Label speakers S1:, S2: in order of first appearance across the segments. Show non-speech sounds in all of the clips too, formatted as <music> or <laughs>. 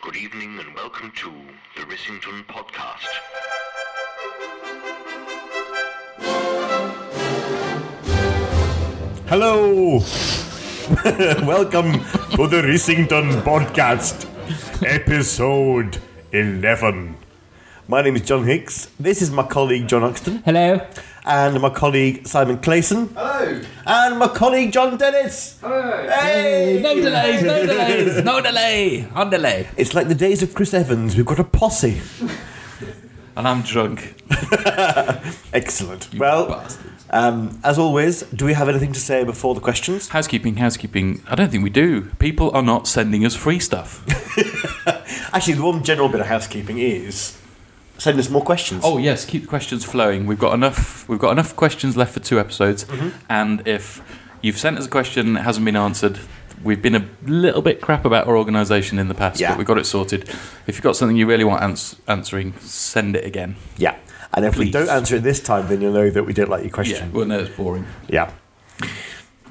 S1: Good evening and welcome to the Rissington Podcast.
S2: Hello! <laughs> Welcome to the Rissington Podcast, episode 11. My name is John Hicks. This is my colleague John Oxton,
S3: Hello.
S2: and my colleague Simon Clayson. Hello! And my colleague John Dennis. Hello! Hey!
S3: No delays, no delays, no delay, on delay.
S2: It's like the days of Chris Evans. We've got a posse.
S4: And I'm drunk.
S2: Excellent. well, um, as always, do we have anything to say before the questions?
S4: Housekeeping, housekeeping. I don't think we do. People are not sending us free stuff.
S2: Actually, the one general bit of housekeeping is send us more questions.
S4: oh yes, keep the questions flowing. We've got enough. We've got enough questions left for two episodes.
S2: Mm-hmm.
S4: And if you've sent us a question that hasn't been answered, we've been a little bit crap about our organisation in the past,
S2: Yeah.
S4: but we got it sorted. If you've got something you really want ans- answering, send it again.
S2: Yeah. And if we
S4: Please.
S2: don't answer it this time, then you'll know that we don't like your
S4: Yeah.
S2: question.
S4: Well, no, it's boring.
S2: Yeah.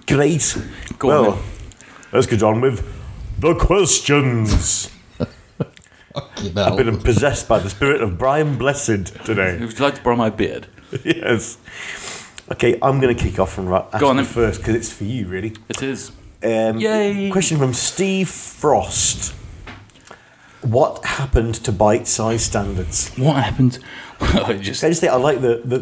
S2: Great.
S4: Go on
S2: well,
S4: then.
S2: let's get on with the questions. I've been possessed by the spirit of Brian Blessed <laughs> today.
S4: Would you like to borrow my beard?
S2: yes. Okay, I'm going to kick off and ra- ask
S4: on
S2: you
S4: then.
S2: first because it's for you, really.
S4: It is.
S2: Um,
S4: Yay.
S2: Question from Steve Frost. What happened to bite size standards?
S4: What happened? <laughs> Well, it Oh, just
S2: I just think I like the, the,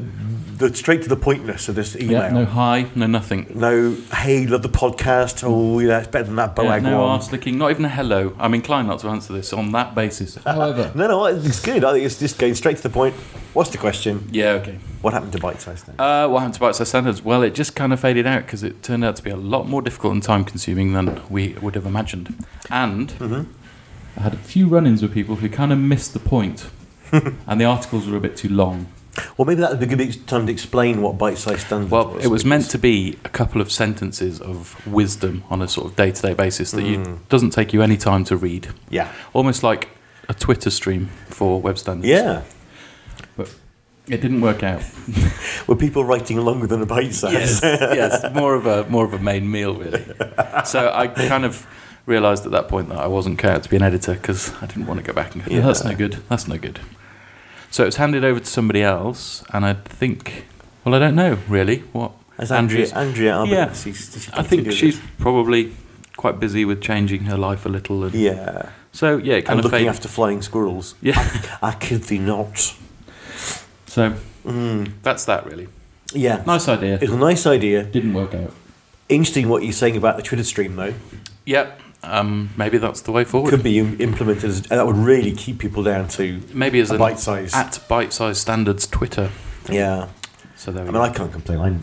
S2: the straight to the pointness of this email.
S4: yeah, no hi, no nothing.
S2: No, hey, love the podcast. Oh, yeah, it's better than that
S4: Yeah,
S2: boag
S4: no
S2: one.
S4: arse licking, not even a hello. I'm inclined not to answer this on that <laughs> basis.
S3: However,
S2: No, no, it's good. I think it's just going straight to the point. What's the question?
S4: yeah, okay.
S2: What happened to bite size then?
S4: Uh, what happened to bite size standards? Well, it just kind of faded out because it turned out to be a lot more difficult and time consuming than we would have imagined. And I had a few run ins with people who kind of missed the <laughs> point, and the articles were a bit too long.
S2: Well, maybe that would be a good bit- time to explain what bite size standards
S4: Well,
S2: was.
S4: it was meant to be a couple of sentences of wisdom on a sort of day to day basis that you, doesn't take you any time to read.
S2: Yeah.
S4: Almost like a Twitter stream for web standards.
S2: Yeah.
S4: But it didn't work out.
S2: Were people writing longer than a bite size?
S4: <laughs> yes, yes, more of a more of a main meal really. So I kind of realised at that point that I wasn't cut out to be an editor because I didn't want to go back and go, yeah. that's
S2: Yeah.
S4: no good, that's no good. So it was handed over to somebody else, and I think, well, I don't know really what
S2: As Andrea,
S4: Andrew's-
S2: Andrea Arbuthnot,
S4: Yeah.
S2: she's- she's
S4: I
S2: got to
S4: think
S2: do
S4: she's
S2: this.
S4: probably quite busy with changing her life a little, and
S2: Yeah.
S4: so yeah, it kind
S2: and
S4: of
S2: looking
S4: faded.
S2: after flying squirrels.
S4: yeah,
S2: I kid thee not.
S4: so
S2: Mm.
S4: that's that really.
S2: Yeah.
S4: Nice idea.
S2: It's a nice idea.
S3: didn't work out.
S2: Interesting what you're saying about the Twitter stream, though.
S4: Yep. Um, maybe that's the way forward.
S2: Could be im- implemented. As, that would really keep people down to
S4: maybe as
S2: a
S4: an
S2: bite size.
S4: at bite size standards Twitter.
S2: Yeah.
S4: So there we
S2: I
S4: go.
S2: mean, I can't complain. I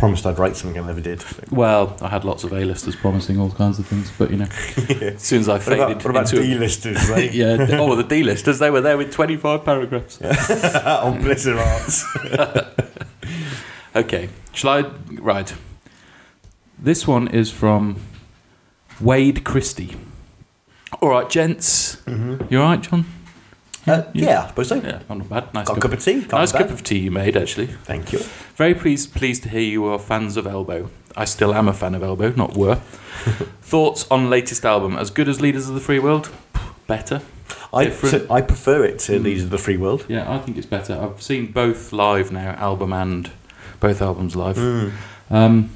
S2: promised I'd write something I never did.
S4: well, I had lots of A-listers promising all kinds of things, but you
S2: <laughs>
S4: know, as soon as I
S2: What
S4: faded
S2: about, what about
S4: into
S2: D-listers?
S4: <laughs>
S2: Right?
S4: yeah, d- oh, the D-listers, they were there with 25 paragraphs.
S2: <laughs> on Blizzard Arts.
S4: Okay, shall I? Right. This one is from Wade Christie. All right, gents. You all right, John?
S2: Uh, Mm-hmm. yeah, I suppose so.
S4: Yeah, I'm not bad. Nice
S2: Got a cup of tea. Can't
S4: Nice
S2: be
S4: cup
S2: bad.
S4: of tea you made, actually.
S2: Thank you.
S4: Very pleased pleased to hear you are fans of Elbow. I still am a fan of Elbow, not <laughs> were. Thoughts on latest album? As good as Leaders of the Free World? Better.
S2: I,
S4: Different. Hmm.
S2: so I prefer it to Leaders of the Free World.
S4: Yeah, I think it's better. I've seen both live now, album and both albums live.
S2: Mm.
S4: Um,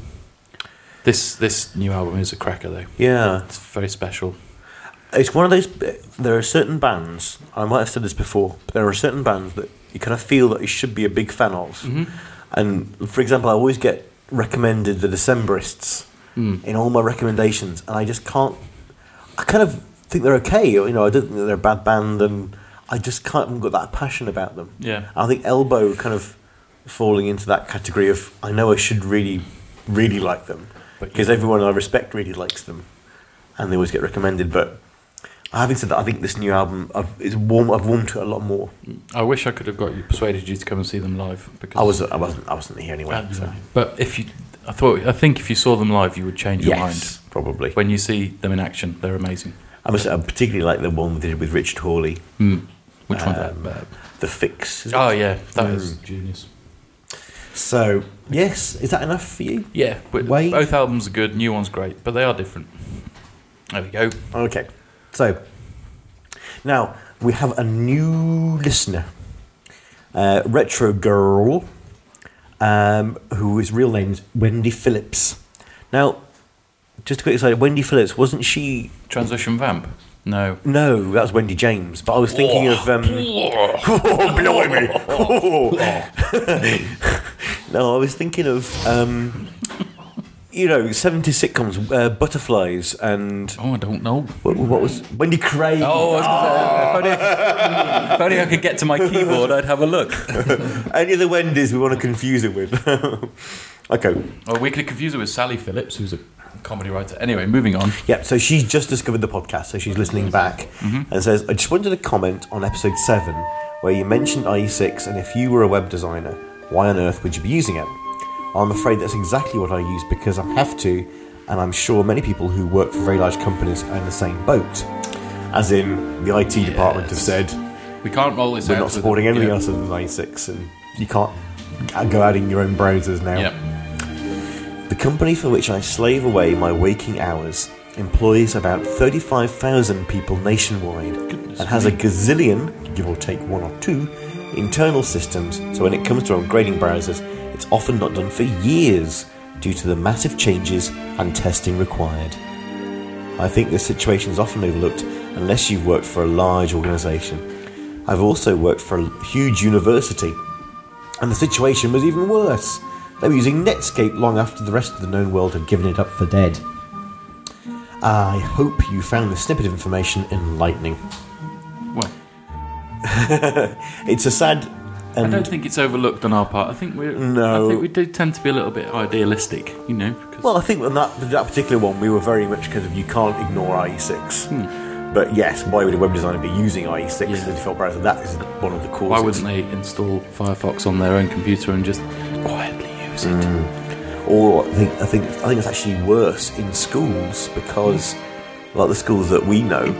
S4: this this new album is a cracker though.
S2: Yeah.
S4: It's very special.
S2: It's one of those. There are certain bands, I might have said this before, but there are certain bands that you kind of feel that you should be a big fan of. And for example, I always get recommended the Decemberists in all my recommendations, and I just can't. I kind of think they're okay. You know, I don't think that they're a bad band, and I just can't haven't got that passion about them.
S4: Yeah.
S2: I think Elbow kind of falling into that category of I know I should really, really like them
S4: But
S2: because everyone I respect really likes them, and they always get recommended. But having said that, I think this new album I've, is warm. I've warmed to it a lot more.
S4: I wish I could have got you persuaded you to come and see them live because
S2: I was I wasn't I wasn't here anyway.
S4: Uh,
S2: so.
S4: But if you, I thought I think if you saw them live, you would change your mind.
S2: Yes, probably.
S4: When you see them in action, they're amazing.
S2: I must. say, I particularly like the one we did with Richard Hawley,
S4: Which
S2: Um,
S4: one's that?
S2: the Fix. is it?
S4: Oh yeah, that is genius.
S2: So yes, is that enough for you?
S4: Yeah, but
S2: Wait.
S4: both albums are good. New one's great, but they are different. There we go.
S2: Okay. So, Now, we have a new listener, uh, Retro Girl, um, who is real name's Wendy Phillips. Now, just a quick aside, Wendy Phillips, wasn't she.
S4: Transition vamp? No.
S2: No, that was Wendy James, but I was thinking of. Um, <laughs> oh, blimey! <laughs> no, I was thinking of. Um, you know, 70s sitcoms, uh, Butterflies, and.
S4: Oh, I don't know.
S2: What, what was. Wendy Craig.
S4: Oh, I was gonna say, if, only, if only I could get to my keyboard, I'd have a look.
S2: <laughs> Any of the Wendy's we want to confuse it with. <laughs> okay.
S4: Or we could confuse it with Sally Phillips, who's a comedy writer. Anyway, moving on.
S2: Yeah, so she's just discovered the podcast, so she's listening back and says, I just wanted to comment on episode 7 where you mentioned IE6 and if you were a web designer, why on earth would you be using it? I'm afraid that's exactly what I use because I have to, and I'm sure many people who work for very large companies are in the same boat. As in, the IT department have said,
S4: We can't roll this
S2: we're
S4: out.
S2: not
S4: with
S2: supporting
S4: a-
S2: anything
S4: yeah.
S2: else other than IE6, E and you can't go adding your own browsers now.
S4: Yeah.
S2: The company for which I slave away my waking hours employs about 35,000 people nationwide and has a gazillion, give or take one or two, internal systems. So when it comes to upgrading browsers, it's often not done for years due to the massive changes and testing required. I think this situation is often overlooked unless you've worked for a large organisation. I've also worked for a huge university, and the situation was even worse. They were using Netscape long after the rest of the known world had given it up for dead. I hope you found this snippet of information enlightening.
S4: Well,
S2: It's a sad
S4: I
S2: and
S4: don't think it's overlooked on our part. I think we're.
S2: No.
S4: I think we do tend to be a little bit idealistic, you know. 'cause-
S2: well, I think on that that particular one we were very much kind of you can't ignore IE6. But yes, why would a web designer be using IE6 as
S4: Hmm. Yeah.
S2: the default browser? That is one of the causes.
S4: why wouldn't they install Firefox on their own computer and just quietly use it?
S2: or I think I think I think it's actually worse in schools because
S4: Hmm.
S2: like the schools that we know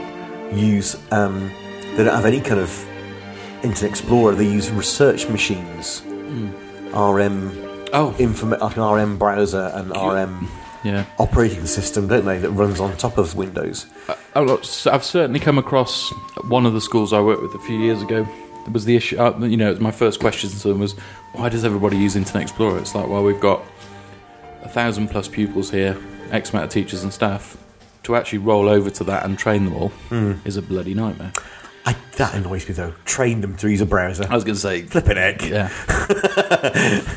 S2: use um, they don't have any kind of Internet Explorer. They use research machines, RM
S4: Hmm. Oh,
S2: inform- like an RM browser and RM
S4: yeah.
S2: operating system, don't they? That runs on top of Windows.
S4: I'm not, uh, oh, s- I've certainly come across one of the schools I worked with a few years ago. It was the issue, uh, you know, it was my first question to them was, why does everybody use Internet Explorer? It's like, well, we've got a thousand plus pupils here, X amount of teachers and staff. To actually roll over to that and train them all is a bloody nightmare.
S2: I, that annoys me though. Train them to use a browser.
S4: I was going to say,
S2: Flipping egg.
S4: yeah,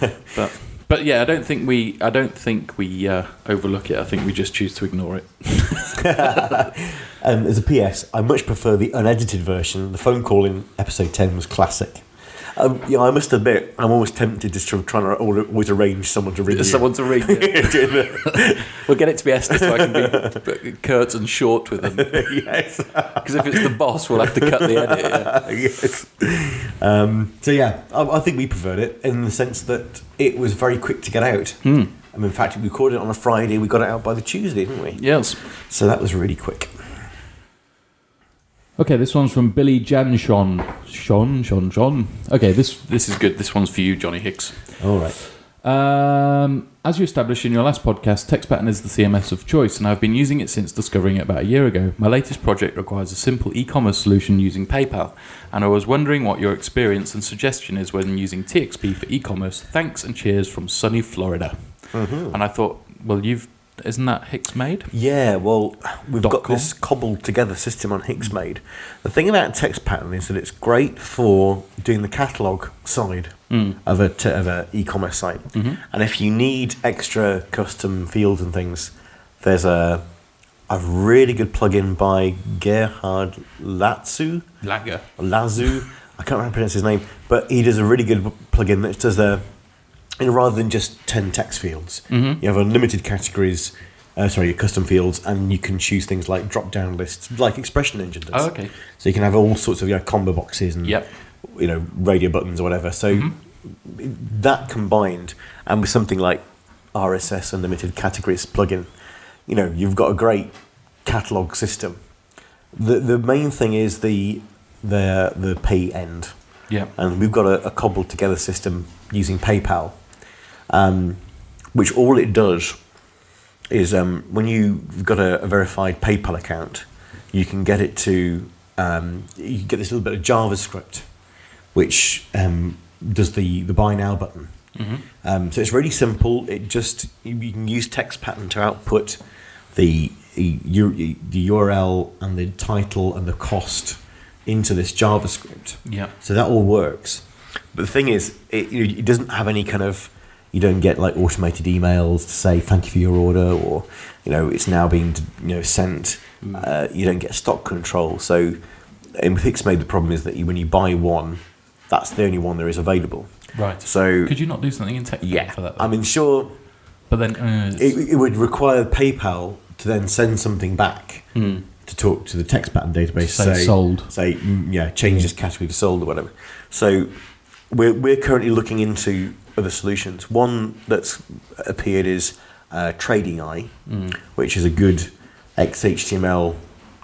S4: <laughs> but but yeah, I don't think we, I don't think we uh, overlook it. I think we just choose to ignore it.
S2: Um, there's a PS. I much prefer the unedited version. The phone call in episode 10 was classic. Um, yeah, I must admit, I'm always tempted to try trying to al- always arrange someone to ring you. <laughs>
S4: Someone to ring. it.
S2: Doing the-
S4: We'll get it to be Esther so I can be <laughs> curt and short with them.
S2: yes,
S4: Because if it's the boss, we'll have to cut the edit. yeah.
S2: yes. Um, so yeah, I, I think we preferred it in the sense that it was very quick to get out. I mean, in fact, we recorded it on a Friday. We got it out by the Tuesday, didn't we?
S4: Yes.
S2: So that was really quick.
S5: Okay, this one's from Billy Janshon. Shon, Shon, Shon. Okay, this
S4: This is good. This one's for you, Johnny Hicks.
S2: All right.
S5: Um, as you established in your last podcast, TextPattern is the CMS of choice, and I've been using it since discovering it about a year ago. My latest project requires a simple e commerce solution using PayPal, and I was wondering what your experience and suggestion is when using TXP for e commerce. Thanks and cheers from sunny Florida.
S2: Mm-hmm.
S5: And I thought, well, you've. Isn't that Hicks made?
S2: Yeah, well, we've
S5: Dot
S2: got
S5: com.
S2: this cobbled together system on Hicksmade. The thing about text pattern is that it's great for doing the catalogue side
S5: Mm.
S2: of a t- of a e-commerce site,
S5: Mm-hmm.
S2: and if you need extra custom fields and things, there's a a really good plugin by Gerhard Latzu.
S4: Lager.
S2: Lazu. I can't remember how to pronounce his name, but he does a really good plugin that does a, you know, rather than just 10 text fields,
S4: Mm-hmm.
S2: you have unlimited categories, uh, sorry, your custom fields, and you can choose things like drop down lists, like Expression Engine does.
S4: Oh, okay.
S2: So you can have all sorts of you know, combo boxes and,
S4: Yep. Mm-hmm.
S2: you know, radio buttons or whatever. So that combined, and with something like RSS Unlimited Categories plugin, you know, you've got a great catalog system the the main thing is the the the pay end,
S4: Yeah.
S2: and we've got a, a cobbled together system using PayPal, um, which all it does is um, when you've got a, a verified PayPal account, you can get it to um, you get this little bit of JavaScript, which um, does the, the buy now button. Um, so it's really simple. It just you, you can use text pattern to output the the U- the URL and the title and the cost into this JavaScript.
S5: Yeah.
S2: So that all works. But the thing is, it, you know, it doesn't have any kind of, you don't get like automated emails to say thank you for your order or, you know, it's now being, you know, sent.
S5: Mm.
S2: Uh, you don't get stock control. So in with Pixmade, the problem is that you, when you buy one, that's the only one there is available.
S5: Right.
S2: So,
S5: Could you not do something in tech
S2: yeah,
S5: for that?
S2: I mean, sure,
S5: but then uh, it's-
S2: it, it would require PayPal to then send something back to talk to the text pattern database.
S5: Hmm. Say sold.
S2: Say mm, yeah, change this category to sold or whatever. So we're we're currently looking into other solutions. One that's appeared is uh, Trading Eye,
S5: Hmm.
S2: which is a good XHTML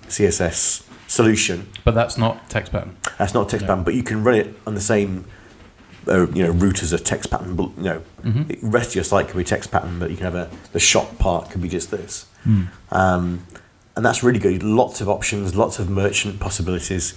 S2: CSS solution.
S5: but that's not text pattern.
S2: That's not a text pattern, but you can run it on the same, uh, you know, route as a text pattern. bl- You know,
S5: Mm-hmm.
S2: the rest of your site can be text pattern, but you can have a the shop part can be just this,
S5: Hmm.
S2: um, and that's really good. Lots of options, lots of merchant possibilities,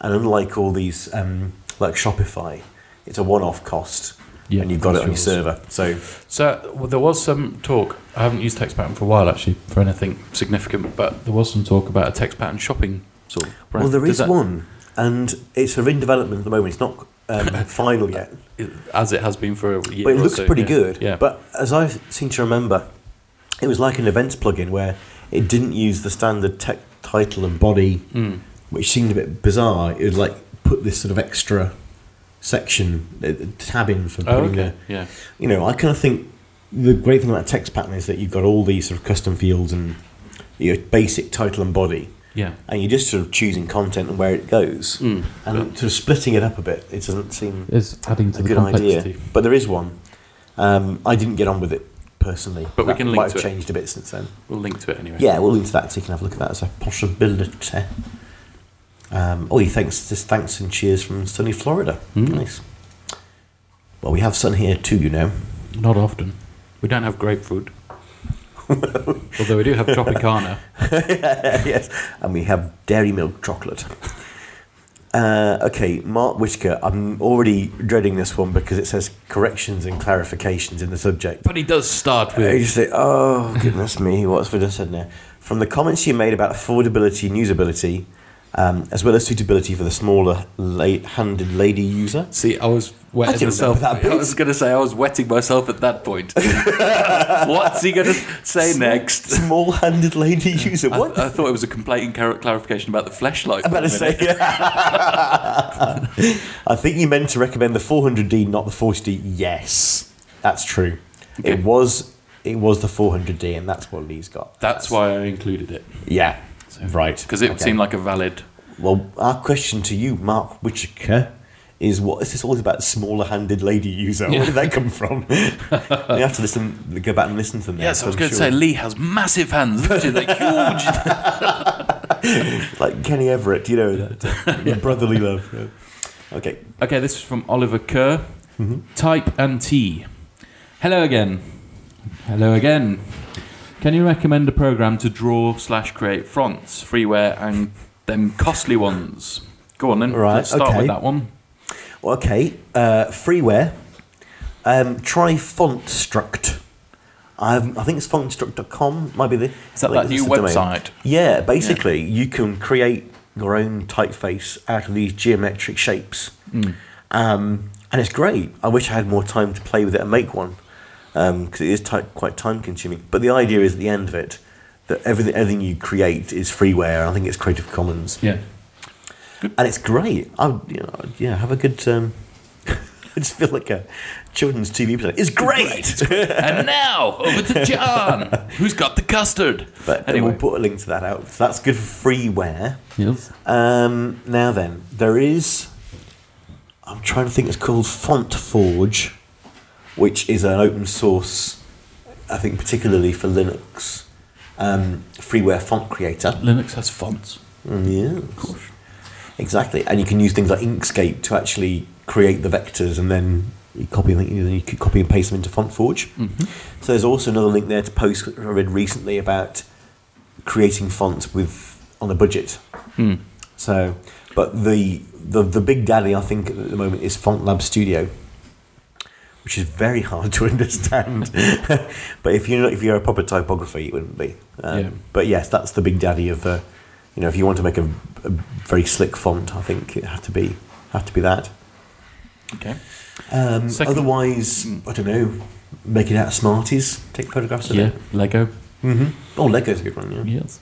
S2: and unlike all these um, like Shopify, it's a one-off cost,
S5: Yeah,
S2: and you've got it on your
S5: sure.
S2: server. So
S5: So well, there was some talk. I haven't used text pattern for a while actually for anything significant, but there was some talk about a text pattern shopping sort of. brand.
S2: well, there
S5: Does
S2: is
S5: that-
S2: one, and it's sort of in development at the moment. It's not
S5: <laughs>
S2: um, final yet.
S5: it- as it has been for a year.
S2: but it
S5: or
S2: looks
S5: so,
S2: pretty
S5: yeah.
S2: good.
S5: Yeah.
S2: But as I seem to remember, it was like an events plugin where it didn't use the standard tech title and body,
S5: Hmm.
S2: which seemed a bit bizarre. It would like put this sort of extra section uh, tab in for
S5: oh,
S2: putting
S5: okay.
S2: the
S5: Yeah.
S2: you know, I kind of think the great thing about text pattern is that you've got all these sort of custom fields and your basic title and body,
S5: Yeah.
S2: and you're just sort of choosing content and where it goes,
S5: Hmm.
S2: and sort of splitting it up a bit. It doesn't seem
S6: It's adding to
S2: a
S6: the
S2: good
S6: complexity.
S2: idea. But there is one. Um, I didn't get on with it personally.
S4: But we
S2: That
S4: can link
S2: might have
S4: to it.
S2: changed a bit since then.
S4: We'll link to it anyway.
S2: Yeah, we'll link to that so you can have a look at that as a possibility. Um, oh, yeah, thanks, just thanks and cheers from sunny Florida. Nice. Well, we have sun here too, you know. <laughs>
S5: Not often. We don't have grapefruit. Although we do have Tropicana.
S2: yes, and we have dairy milk chocolate. Uh, okay, Mark Whitaker. I'm already dreading this one because it says corrections and clarifications in the subject.
S5: But he does start
S2: I
S5: with
S2: just say, oh goodness me, what's for just said now? From the comments you made about affordability and usability, um, as well as suitability for the smaller la- handed lady user.
S5: See, I was
S2: I didn't
S5: wetting myself.
S2: remember that bit.
S5: I was going to say I was wetting myself at
S2: <laughs>
S5: that point. What's he going to say next?
S2: Small handed lady user.
S5: I,
S2: What?
S5: I thought it was a complaint and clar- clarification about the fleshlight.
S2: I'm about to say. <laughs> I think you meant to recommend the 400D, not the 40D. Yes, that's true. It was it was the 400D, and that's what Lee's got.
S5: That's why I included it
S2: Yeah, right.
S5: because it
S2: Okay.
S5: seemed like a valid.
S2: Well, our question to you, Mark Whitaker, is what is this all about? Smaller handed lady user. Where did that come
S5: <laughs>
S2: from? you have to listen, go back and listen to them.
S5: Yes, I was going to say Lee has massive hands, virtually like <laughs> huge.
S2: Like Kenny Everett, you know,
S5: <laughs>
S2: that brotherly love. yeah. Okay.
S4: Okay, this is from Oliver Kerr. Type and T. Hello again. Hello again. Can you recommend a program to draw slash create fronts, freeware, and them costly ones? Go on then.
S2: Right,
S4: Let's start
S2: okay.
S4: with that one.
S2: Well, okay. Uh, freeware. Um, try Fontstruct. i I think it's fontstruct.com, might be the.
S4: Is that
S2: I think
S4: that
S2: it's
S4: new
S2: the domain.
S4: website?
S2: Yeah, basically, you can create your own typeface out of these geometric shapes.
S4: Hmm.
S2: Um, and it's great. I wish I had more time to play with it and make one because it is ti quite time consuming. But the idea is at the end of it that everything, everything you create is freeware. I think it's Creative Commons.
S5: Yeah.
S2: And it's great. I would, you know, I'd- yeah, have a good. Um, <laughs> I just feel like a children's TV presenter. It's great!
S5: And now over to John, who's got the custard.
S2: <laughs> but anyway. we'll put a link to that out. So that's good for freeware.
S6: Yes.
S2: Um, now then, there is. I'm trying to think. It's called Font Forge, which is an open source. I think particularly for Linux, um, freeware font creator.
S5: Linux has fonts.
S2: Yes. Mm. Exactly, and you can use things like Inkscape to actually create the vectors, and then you copy them. You, know, you can copy and paste them into Font Forge. So there's also another link there to post I
S4: Hmm.
S2: read recently about creating fonts with on a budget. So, but the the the big daddy I think at the moment is FontLab Studio, which is very hard <laughs> to understand. but if you're not, if you're a proper typographer, you wouldn't be. Um,
S5: Yeah.
S2: But yes, that's the big daddy of uh, you know if you want to make a, a very slick font, I think it had to be had to be that.
S4: Okay.
S2: Um,
S4: Second- Hmm.
S2: otherwise, I don't know. Make it out of Smarties. Take photographs of
S4: yeah.
S2: it.
S4: Lego.
S2: Oh, Lego's a good one. Yeah.
S4: Yes.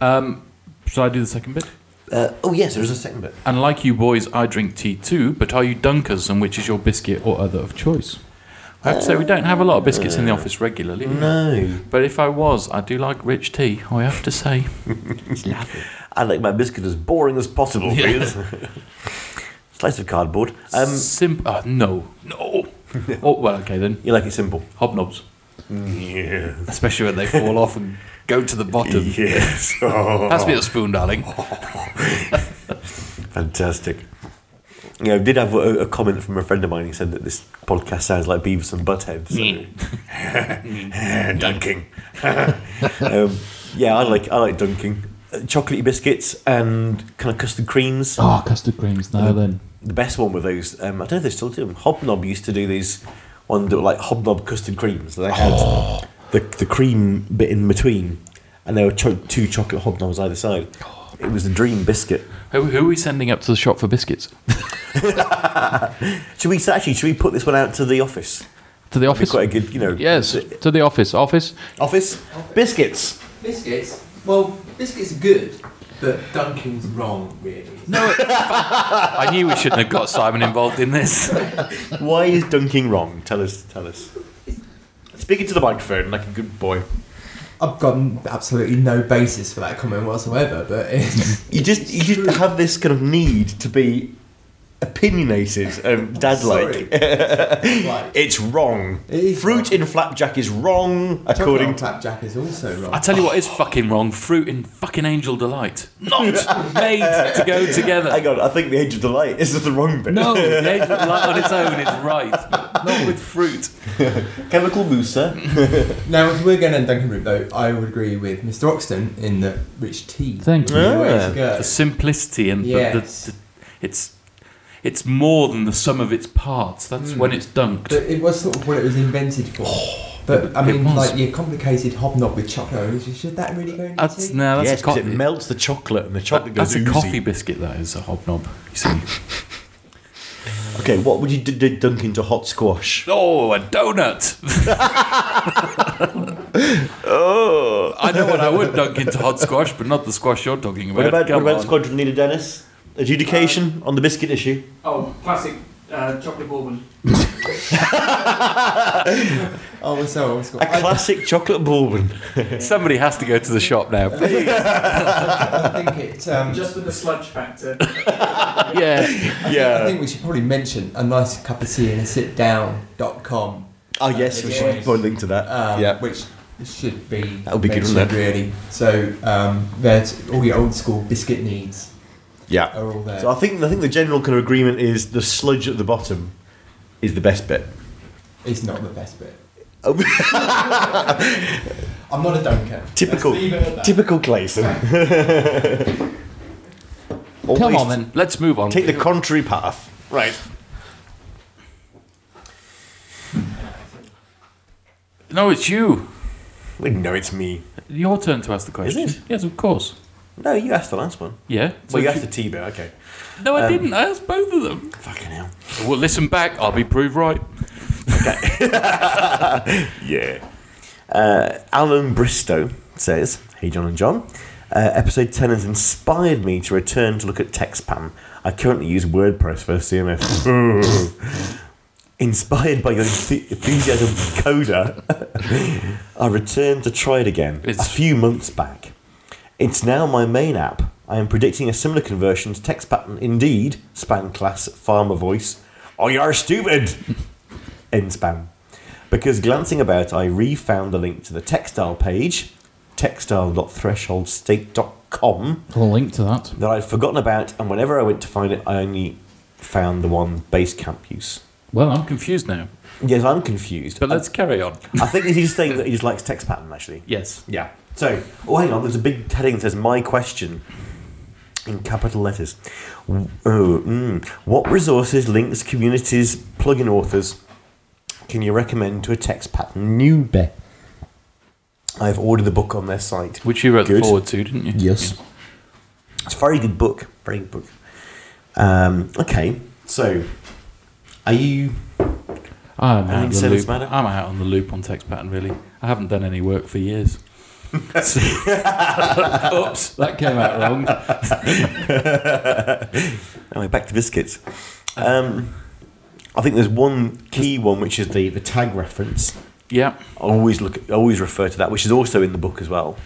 S5: Um, shall I do the second bit?
S2: Uh, oh yes, there is a second bit.
S4: And like you boys, I drink tea too. But are you dunkers? And which is your biscuit or other of choice? I have to say we don't have a lot of biscuits in the office regularly.
S2: No.
S4: But if I was, I do like rich tea. I have to say.
S2: I like my biscuit as boring as possible, please. Slice of cardboard. Um,
S4: Simp- uh, no, no.
S5: Oh, well, okay then.
S2: you like it simple?
S5: Hobnobs.
S2: Yeah.
S5: Especially when they fall off and go to the bottom.
S2: <laughs> Yes. <laughs> Oh,
S5: Pass me a spoon, darling.
S2: Fantastic. Yeah, I did have a, a comment from a friend of mine. He said that this podcast sounds like Beavis and Butthead. So. <laughs> dunking. <laughs> um, yeah, I like I like dunking. Uh, chocolatey biscuits and kind of custard creams.
S5: Ah, custard creams. Now then.
S2: The best one with those, um, I don't know if they still do them. Hobnob used to do these one that were like hobnob custard creams. They had the, the cream bit in between, and there were cho- two chocolate hobnobs either side. It was a dream biscuit.
S4: Who, who are we sending up to the shop for biscuits?
S2: Should we actually should we put this one out to the office?
S4: To the
S2: Be
S4: office?
S2: quite a good, you know.
S4: Yes, to the office. Office.
S2: Office biscuits.
S6: Biscuits? Well, biscuits are good, but Dunkin's wrong, really.
S4: I knew we shouldn't have got Simon involved
S5: <laughs>
S4: in this.
S2: Why is dunking wrong? Tell us. Tell us. Speaking to the microphone like a good boy.
S6: I've got absolutely no basis for that comment whatsoever, but <laughs> it's.
S2: You just you just have this kind of need to be opinionated and dad
S6: Sorry.
S2: like.
S4: <laughs>
S6: like,
S2: It's wrong.
S6: It is
S2: Fruit
S6: wrong.
S2: in flapjack is wrong, according
S6: According
S2: to.
S6: Flapjack is also
S4: I
S6: wrong.
S4: tell you what is fucking wrong. Fruit and fucking Angel Delight. Not made to go together.
S2: Hang on, <laughs> I think the Age of Delight is <laughs> the wrong bit.
S4: No, the Angel Delight on its own is right. Not with fruit.
S2: Chemical Musa.
S6: Now, if we're going to Dunkin' route, though, I would agree with Mr. Oxton in that rich tea.
S5: Thank you.
S6: is the way to go.
S4: The simplicity and
S6: Yes.
S4: the, the, the it's it's more than the sum of its parts. That's when it's dunked.
S6: Hmm. But it was sort of what it was invented
S4: <sighs>
S6: for. But I
S4: it
S6: mean,
S4: was.
S6: like your complicated hobnob with chocolate, should that really go in the
S4: That's
S6: tea?
S4: no, that's
S2: yes,
S4: a co-
S2: because it melts the chocolate and the chocolate
S4: That's
S2: goes
S4: a
S2: oozy.
S4: coffee biscuit. That is a hobnob. You see. <laughs>
S2: Okay, what would you d- d- dunk into hot squash?
S4: Oh, a donut! <laughs>
S2: Oh.
S4: I know what I would dunk into hot squash, but not the squash you're talking about.
S2: What about, what
S4: Come
S2: about
S4: on.
S2: Squadron Leader Dennis?
S6: Um,
S2: Adjudication on the biscuit issue.
S7: Oh, classic uh, chocolate bourbon.
S6: Oh, well, so I was
S2: A classic chocolate bourbon.
S4: Somebody has to go to the shop now.
S5: <laughs>
S6: I think it. Um,
S7: Just with the sludge factor.
S4: <laughs> yeah.
S6: I think we should probably mention a nice cup of tea and a sit down.com,
S2: Oh yes, we should probably link to that.
S6: um,
S2: yeah.
S6: which should be
S2: That would be good, wouldn't
S6: mentioned,
S2: it?
S6: really. So um, there's all your old school biscuit needs
S2: Yeah.
S6: are all there.
S2: So I think I think the general kind of agreement is the sludge at the bottom is the best bit.
S6: it's not the best bit.
S2: Oh.
S6: <laughs> I'm not a dunker.
S2: Typical.
S6: Let's leave it at that.
S2: Typical Clayson.
S5: Come
S6: <laughs>
S2: Always
S5: on then.
S4: Let's move on.
S2: Take the contrary path. Right.
S4: No, it's you.
S2: No, it's me.
S4: Your turn to ask the question.
S2: Is it?
S4: Yes, of course.
S2: No, you asked the last one.
S4: Yeah. So
S2: well, you um,
S4: if
S2: asked the T bit. Okay.
S4: you- no, I didn't. I asked both of them.
S2: Fucking hell.
S4: Well, listen back. I'll be proved right.
S2: Yeah. Uh, Alan Bristow says, Hey John and John, uh, episode 10 has inspired me to return to look at TextPam. I currently use WordPress for CMS. <laughs> inspired by your enth- enthusiasm for Coda, <laughs> I returned to try it again a
S4: It's-
S2: few months back. It's now my main app. I am predicting a similar conversion to text pattern. Indeed, spam class farmer voice. Oh, you're stupid! End spam. Because glancing about, I re-found the link to the textile page, textile.thresholdstate.com,
S5: I'll link to that.
S2: that I'd forgotten about, and whenever I went to find it, I only found the one Basecamp use.
S5: Well,
S4: I'm
S5: I'm
S4: confused now.
S2: Yes, I'm confused.
S4: But let's carry on.
S2: I think he's just saying that he just likes text pattern, actually.
S4: Yes.
S2: Yeah. So, oh, hang on. There's a big heading that says "My question." in capital letters. W- Oh, mm. What resources, links, communities, plugin authors can you recommend to a text pattern newbie? I've ordered the book on their site.
S4: Which you wrote
S2: Good.
S4: the forward to, didn't you?
S2: Yes. It's a very good book. Very good book. Um, okay, so are you. <laughs>
S4: I'm
S2: Anything
S4: out, of the
S2: service
S4: loop.
S2: matter?
S4: I'm out on the loop on text pattern, really. I haven't done any work for years.
S5: Oops, that came out wrong.
S2: <laughs> Anyway, back to biscuits. Um, I think there's one key one, which is the, the tag reference.
S4: Yeah.
S2: I always look, I always refer to that, which is also in the book as well.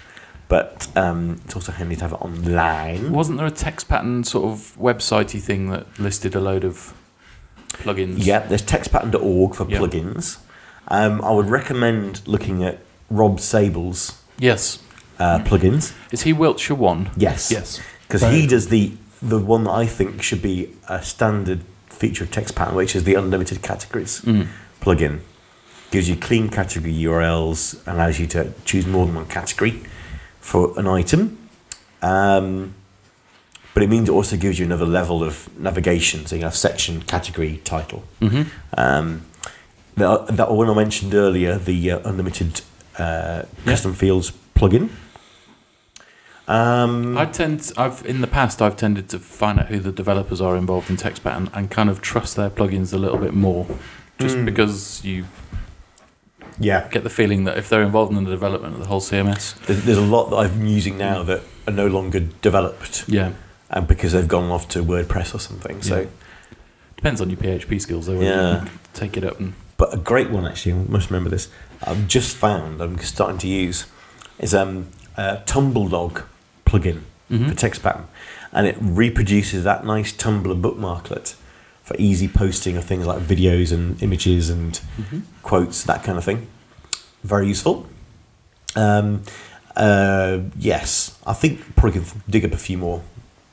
S2: But um, it's also handy to have it online.
S4: Wasn't there a text pattern sort of websitey thing that listed a load of plugins?
S2: Yeah, there's textpattern.org for
S4: Yeah.
S2: plugins. Um, I would recommend looking at Rob Sable's
S4: Yes.
S2: uh, plugins.
S4: Is he Wiltshire one?
S2: Yes.
S4: Yes.
S2: Because he does the the one that I think should be a standard feature of text pattern, which is the unlimited categories plugin. Gives you clean category URLs, allows you to choose more than one category for an item. Um, but it means it also gives you another level of navigation. So you have section, category, title.
S4: Mm-hmm.
S2: Um, the, that one I mentioned earlier, the uh, unlimited uh, custom fields plugin. Um,
S4: I tend, I've in the past, I've tended to find out who the developers are involved in text pattern and kind of trust their plugins a little bit more, just
S2: Mm.
S4: because you
S2: yeah.
S4: get the feeling that if they're involved in the development of the whole CMS,
S2: There's, there's a lot that I'm using now that are no longer developed
S4: yeah,
S2: and because they've gone off to WordPress or something. So,
S4: depends on your PHP skills. Though, whether
S2: Yeah.
S4: you can take it up and
S2: but a great one actually, I must remember this. I've just found I'm starting to use is um a Tumbledog plugin for text pattern, and it reproduces that nice Tumblr bookmarklet for easy posting of things like videos and images and quotes that kind of thing. Very useful. Um, uh, yes, I think probably could dig up a few more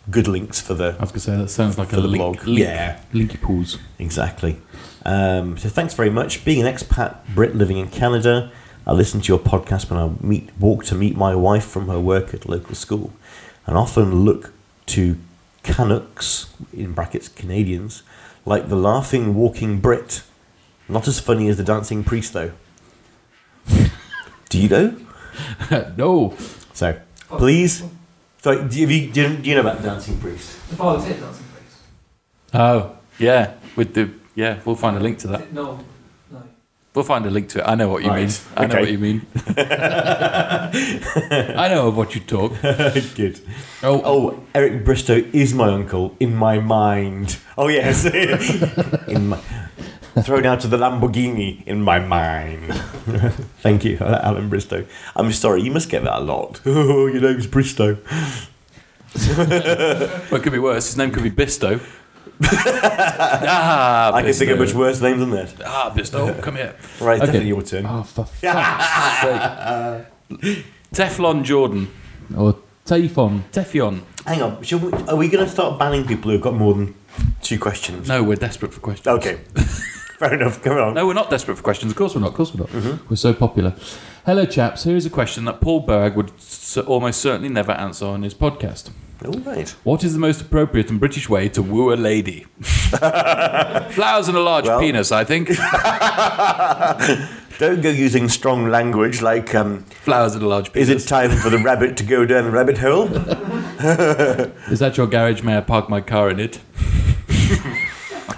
S2: good links for the
S5: I was going to say, that sounds like
S2: for
S5: a
S2: the
S5: link,
S2: blog.
S5: link,
S2: Yeah,
S5: linky
S4: <laughs>
S5: pools.
S2: Exactly. Um, so thanks very much. Being an expat Brit living in Canada, I listen to your podcast when I meet walk to meet my wife from her work at local school, and often look to Canucks in brackets Canadians like the laughing walking Brit. Not as funny as the dancing priest though. <laughs> do you know?
S5: no,
S2: So please. So do you, do you, do you know about the dancing priest?
S7: The father's head dancing place.
S4: oh yeah, with the yeah, we'll find a link to
S7: Is
S4: that.
S7: it? No. No.
S4: We'll find a link to it. I know what you
S2: Right.
S4: mean. I
S2: Okay.
S4: know what you
S5: <laughs>
S4: mean. I know of what you talk.
S2: <laughs> Good.
S5: Oh,
S2: Oh, Eric Bristow is my uncle in my mind. Oh yes, <laughs> in my, thrown out to the Lamborghini in my mind. <laughs> Thank you, Alan Bristow. I'm sorry, you must get that a lot. <laughs> Oh, your name's Bristow.
S4: Well, it could be worse. His name could be
S5: <laughs>
S4: Bisto. ah,
S2: I can think of
S4: Bisto.
S2: much worse names than that.
S4: Ah, Bisto, come here.
S2: Right,
S5: Okay.
S2: definitely your turn.
S5: oh, for fuck's sake.
S4: Teflon Jordan.
S5: Or Tafon.
S4: Teflon.
S2: Hang on, shall we, are we going to start banning people who've got more than two questions?
S4: No, we're desperate for questions.
S2: Okay,
S5: <laughs>
S2: fair enough. Come on.
S4: No, we're not desperate for questions. Of course we're not.
S5: Of course we're not. We're so popular.
S4: Hello, chaps. Here is a question that Paul Berg would s- almost certainly never answer on his podcast.
S2: All right.
S4: What is the most appropriate and British way to woo a lady? Flowers and a large
S2: Well-
S4: penis, I think.
S2: Don't go using strong language like um,
S4: Flowers and a large penis.
S2: "Is it time for the rabbit to go down the rabbit hole?"
S4: Is that your garage? May I park my car in it?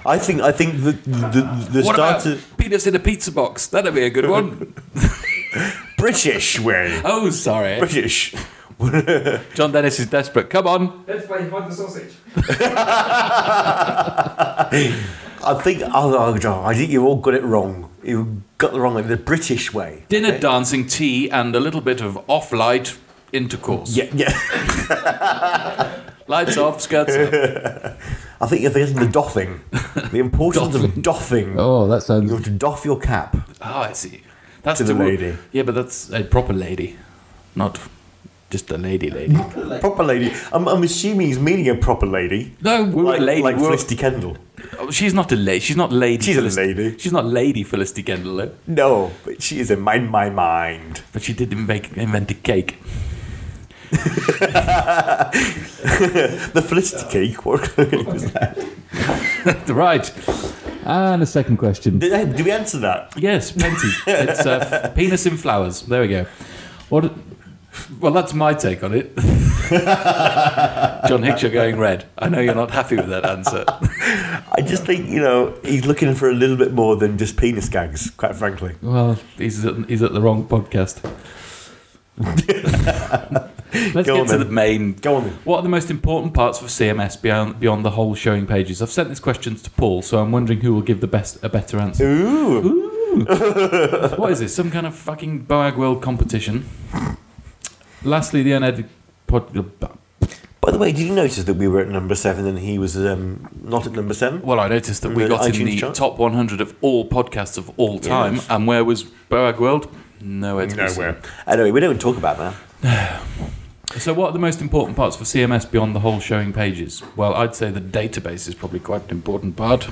S2: I think I think the the, the
S4: What
S2: start
S4: about
S2: of
S4: penis in a pizza box? That'd be a good one.
S2: British way.
S4: Oh, sorry.
S2: British.
S4: John Dennis is desperate. Come on.
S7: Let's play hide the sausage.
S2: I think oh, oh, John, I think you all got it wrong. You got the wrong way. The British way.
S4: Dinner, dancing, tea, and a little bit of off-light intercourse.
S2: Yeah, yeah.
S4: Lights off, skirts up.
S2: <laughs> I think you're forgetting the doffing. The importance of doffing.
S5: Oh, that sounds.
S2: You have to doff your cap.
S4: Oh, I see. That's
S2: To the
S4: woo-
S2: lady.
S4: Yeah, but that's a proper lady, not just a
S2: <laughs>
S4: lady lady.
S2: Proper lady. I'm, I'm assuming he's meaning a proper lady.
S4: No, woo
S2: like
S4: a lady.
S2: like
S4: woo-
S2: Felicity Kendall.
S4: Oh, she's not a lady. She's not lady.
S2: She's a
S4: Felicity-
S2: lady.
S4: She's not lady Felicity Kendall, eh? though.
S2: No, but she is in my, my mind. <laughs>
S4: But she did invent, invent a cake.
S2: the Felicity cake. What was that?
S4: <laughs> right. And a second question.
S2: Did, I- did we answer that?
S4: Yes, plenty. it's uh, f- penis in flowers. There we go. What? Well, that's my take on it. <laughs> John Hicks, you're going red. I know you're not happy with that answer.
S2: I just think you know he's looking for a little bit more than just penis gags. Quite frankly,
S4: Well, he's at, he's at the wrong <laughs> podcast. Let's
S2: Go
S4: get
S2: on
S4: to
S2: then.
S4: the main.
S2: go on. Then.
S4: What are the most important parts of CMS beyond beyond the whole showing pages? I've sent this question to Paul, so I'm wondering who will give the best a better answer.
S2: Ooh.
S4: what is this? Some kind of fucking Bag World competition? Lastly, the unedited pod.
S2: By the way, did you notice that we were at number seven and he was um, not at number seven?
S4: Well, I noticed that we
S2: The
S4: got in
S2: iTunes
S4: the
S2: chart?
S4: top 100 of all podcasts of all time,
S2: Yes.
S4: and where was Boag World? Nowhere. To be seen.
S2: Anyway, we don't talk about that.
S4: So, what are the most important parts for CMS beyond the whole showing pages? Well, I'd say the database is probably quite an important part.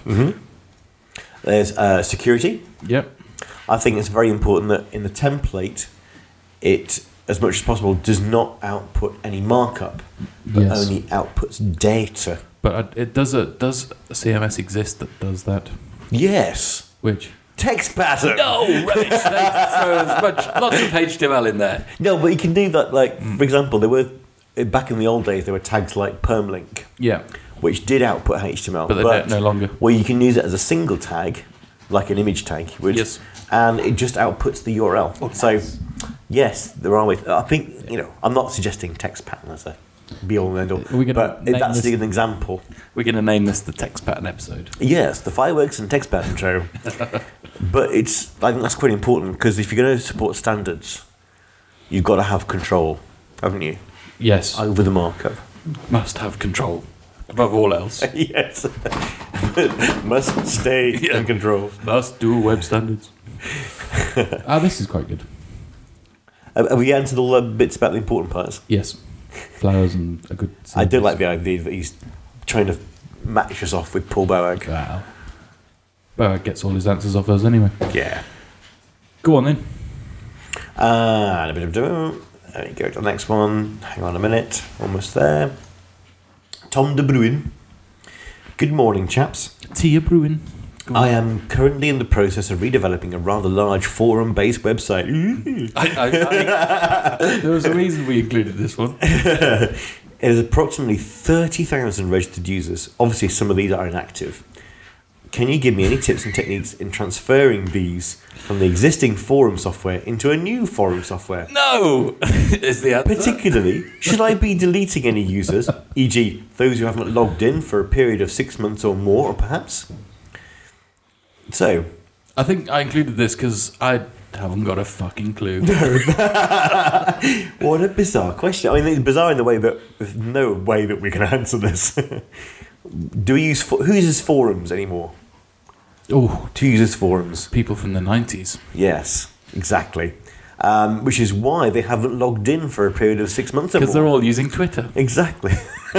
S2: There's uh, security.
S4: Yep.
S2: I think it's very important that in the template, it as much as possible does not output any markup, but
S4: Yes.
S2: only outputs data.
S4: But I- it does a does a CMS exist that does that?
S2: Yes,
S4: Which
S2: text pattern.
S4: no rubbish. They throw as much lots of HTML in there.
S2: No, but you can do that. Like for example, there were back in the old days there were tags like permlink,
S4: Yeah,
S2: which did output HTML,
S4: but they don't no longer.
S2: Well, you can use it as a single tag, like an image tag, which,
S4: Yes.
S2: and it just outputs the URL. so, yes, there are ways. I think you know. I'm not suggesting text pattern as a be all and end all,
S4: Are we gonna
S2: but
S4: name
S2: that's
S4: this-
S2: an example.
S4: We're going to name this the text pattern episode.
S2: Yes, the fireworks and text pattern
S4: <laughs>
S2: show, but it's I think that's quite important because if you're going to support standards, you've got to have control, haven't you,
S4: Yes, I
S2: over the markup.
S4: must have control above all else.
S2: <laughs> yes, <laughs> must stay in control.
S4: <laughs> Must do web <laughs> standards. Ah, this is quite good.
S2: Have have we answered all the bits about the important parts?
S4: Yes, flowers and a good.
S2: I do like the idea that he's trying to match us off with Paul Boag.
S4: Wow. Boag gets all his answers off us anyway.
S2: Yeah.
S4: Go on then.
S2: Ah, And a bit of there you go to the next one. Hang on a minute, almost there. Tom de Bruin. Good morning, chaps.
S4: Tia Bruin. Go on.
S2: I am currently in the process of redeveloping a rather large forum-based website. Ooh.
S4: I, I- I- there was a reason we included this one.
S2: It has approximately 30,000 registered users. Obviously, some of these are inactive. Can you give me any tips and techniques in transferring these from the existing forum software into a new forum software?
S5: <laughs>
S4: No, is the answer.
S2: Particularly, should I be deleting any users, e.g., those who haven't logged in for a period of six months or more, or perhaps? So,
S4: I think I included this because I haven't got a fucking clue.
S2: <laughs> what a bizarre question. I mean, it's bizarre in the way that there's no way that we can answer this. <laughs> Do we use fo- who uses forums anymore?
S4: oh,
S2: Who uses forums?
S4: people from the nineties.
S2: Yes, exactly. Um, which is why they haven't logged in for a period of six months or
S4: Because
S2: more.
S4: they're all using Twitter.
S2: Exactly. <laughs>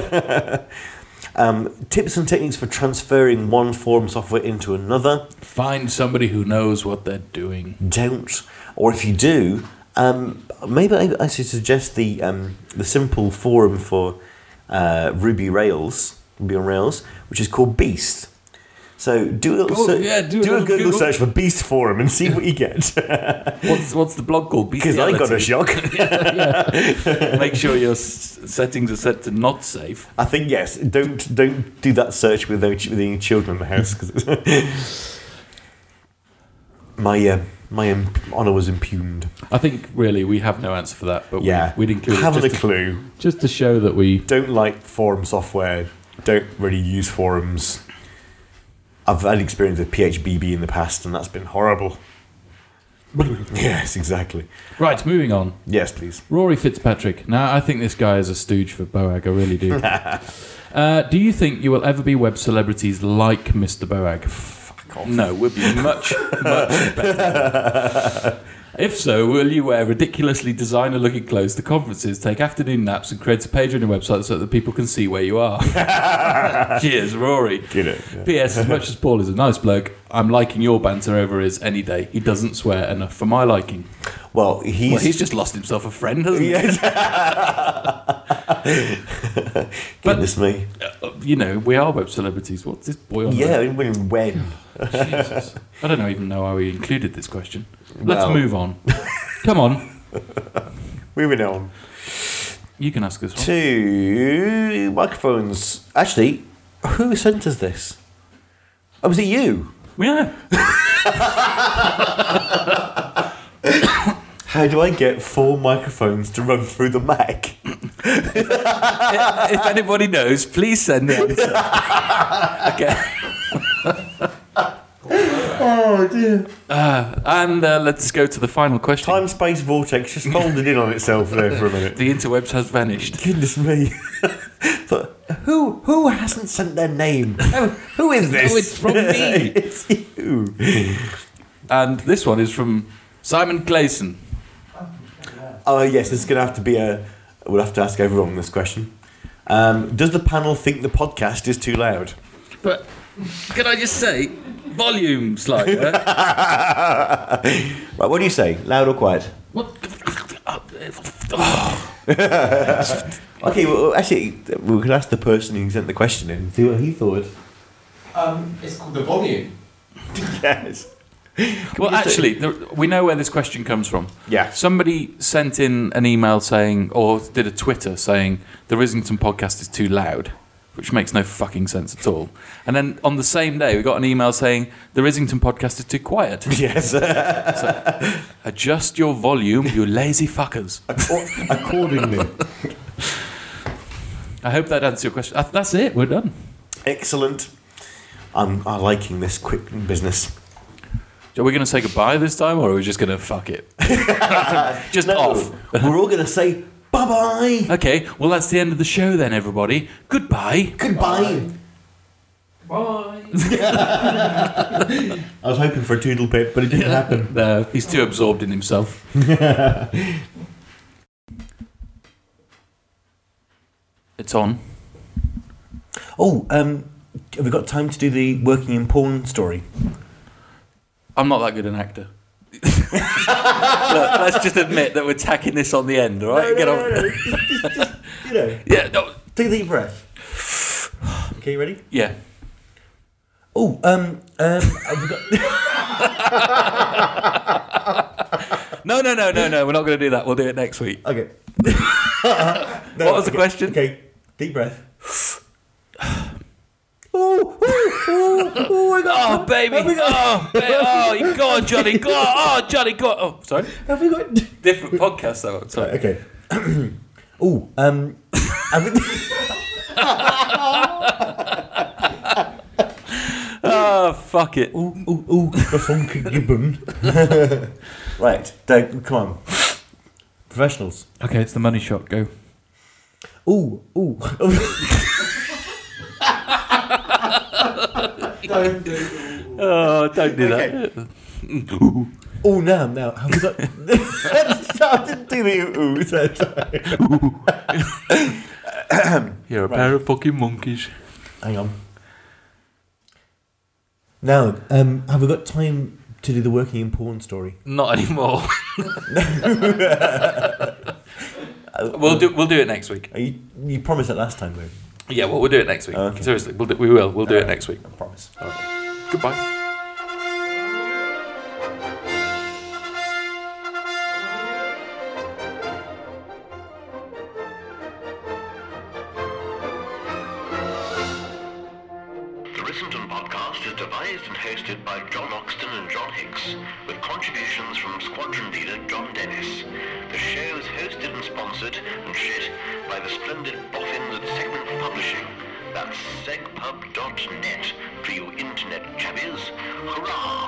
S2: um, tips and techniques for transferring one form software into another.
S4: Find somebody who knows what they're doing.
S2: Don't, or if you do, um, maybe I, I should suggest the um, the simple forum for uh, Ruby Rails, Ruby on Rails, which is called Beast. So do a little
S4: Oh,
S2: ser-
S4: yeah, do a
S2: a
S4: little
S2: Google,
S4: Google.
S2: search for Beast forum and see what you get.
S4: <laughs> What's what's the blog called?
S2: Because I got a shock.
S4: Make sure your s- settings are set to not safe.
S2: I think yes. Don't don't do that search with any, with any children in the house 'cause it's- <laughs> my um, my um, honor was impugned.
S4: I think really we have no answer for that, but
S2: Yeah,
S4: we, we'd include it
S2: haven't
S4: just
S2: a
S4: to-
S2: clue.
S4: just to show that we
S2: Don't like forum software. Don't really use forums. I've had experience with PHBB in the past, and that's been <laughs> horrible. yes, exactly.
S4: right. Moving on.
S2: Yes, please.
S4: Rory Fitzpatrick. Now I think this guy is a stooge for Boag. I really do. uh, do you think you will ever be web celebrities like Mr. Boag? Fuck off. No, we'll be much much better. <laughs> If so, will you wear ridiculously designer looking clothes to conferences, take afternoon naps, and create a page on your website so that people can see where you are? Cheers, Rory.
S2: Get it.
S4: P.S. As much as Paul is a nice bloke, I'm liking your banter over his any day. He doesn't swear enough for my liking.
S2: Well, he's,
S4: Well,
S2: <laughs>
S4: he's just lost himself a friend, hasn't he?
S2: goodness me.
S5: Uh, You know, we are web celebrities. What's this boy on?
S2: Yeah, when? when?
S5: about? Jesus. I don't know, even know how we included this question. Let's
S2: Well.
S5: move on.
S4: <laughs>
S5: Come on,
S2: Moving on
S5: you can ask this one.
S2: to microphones. Actually, who sent us this? Oh, was it you?
S5: Yeah.
S2: How do I get four microphones to run through the Mac?
S5: <laughs>
S4: if anybody knows, please send the answer. okay.
S2: Oh dear.
S5: Uh, and uh, let's go to the final question.
S2: Time space vortex just folded in on itself there for a minute.
S5: The interwebs has vanished.
S2: Goodness me. <laughs> but who who hasn't sent their name? Who- who is this?
S4: Oh, it's from
S2: <laughs>
S4: me.
S2: it's you.
S5: <laughs>
S2: <laughs>
S5: And this one is from Simon Clayson.
S2: Oh yes, this is gonna have to be a we'll have to ask everyone this question. Um, does the panel think the podcast is too loud? <laughs>
S4: But can I just say, volume slider?
S5: <laughs>
S2: Right, what do you say? Loud or quiet?
S4: what?
S5: <sighs>
S2: Okay, well actually we could ask the person who sent the question in and see what he thought.
S6: Um, it's called the volume.
S2: Yes.
S5: Well, actually, the, we know where this question comes from.
S2: Yeah.
S5: Somebody sent in an email saying, or did a Twitter saying, the Risington podcast is too loud, which makes no fucking sense at all. And then on the same day, we got an email saying, the Risington podcast is too
S4: <laughs>
S5: quiet.
S2: <laughs> Yes.
S5: Adjust your volume, you lazy fuckers.
S2: Accor- accordingly.
S5: I hope that answers your question. Uh, That's it. We're done.
S2: Excellent. I'm, I'm liking this quick business.
S5: Are we going to say goodbye this time, or are we just going to fuck it? just off.
S2: We're all going to say bye bye.
S5: Okay, well, that's the end of the show then, everybody. Goodbye.
S2: Goodbye.
S7: Bye.
S2: I was hoping for a toodle pip, but it didn't happen.
S5: No, he's too absorbed in himself. it's on.
S2: Oh, um, have we got time to do the working in porn story?
S5: I'm not that good an actor. <laughs> Look, let's just admit that we're tacking this on the end, all right? Get on.
S2: just, just, just, you know,
S5: Yeah, no,
S2: take a deep breath. Okay, you ready?
S5: yeah.
S2: Oh, um, um, have we got-
S5: No, no, no, no, no. We're not going to do that. We'll do it next week.
S2: okay.
S5: What was the question?
S2: Okay, deep breath. Oh, oh, oh, oh, I got
S5: Oh, baby. Oh, ba- oh, you- go on, Johnny. Go on. Oh, Johnny, go on. Oh, sorry.
S2: Have we
S8: <laughs>
S2: got?
S5: Different podcast, though. Sorry.
S2: Okay. <clears throat> oh, um, <coughs> have we-
S5: Oh, fuck it.
S2: Ooh, ooh, ooh, the funky gibbon. <laughs> right, Dave, come on. Professionals.
S8: Okay, it's the money shot. Go.
S2: Ooh, ooh.
S6: Don't
S2: <laughs>
S6: do it.
S5: Oh, don't
S2: <coughs>
S5: do that.
S2: oh, now, now. Have we got. <laughs> I didn't do the ooh that time.
S5: You're a pair of fucking monkeys.
S2: Hang on. Now, um, have we got time to do the working in porn story?
S5: Not anymore. <laughs> we'll do. We'll do it next week.
S2: Are you, you promised that last time, though.
S5: Yeah, well, we'll do it next week.
S2: Okay.
S5: Seriously, we'll do, we will. We'll do
S8: Uh,
S5: it next week.
S2: I promise.
S5: Goodbye.
S1: The Rissington podcast is devised and hosted by John Oxton and John Hicks, with contributions from squadron leader John Dennis. The show is hosted and sponsored and shit by the splendid boffins at Segment Publishing. That's segpub.net for you internet chappies. Hurrah!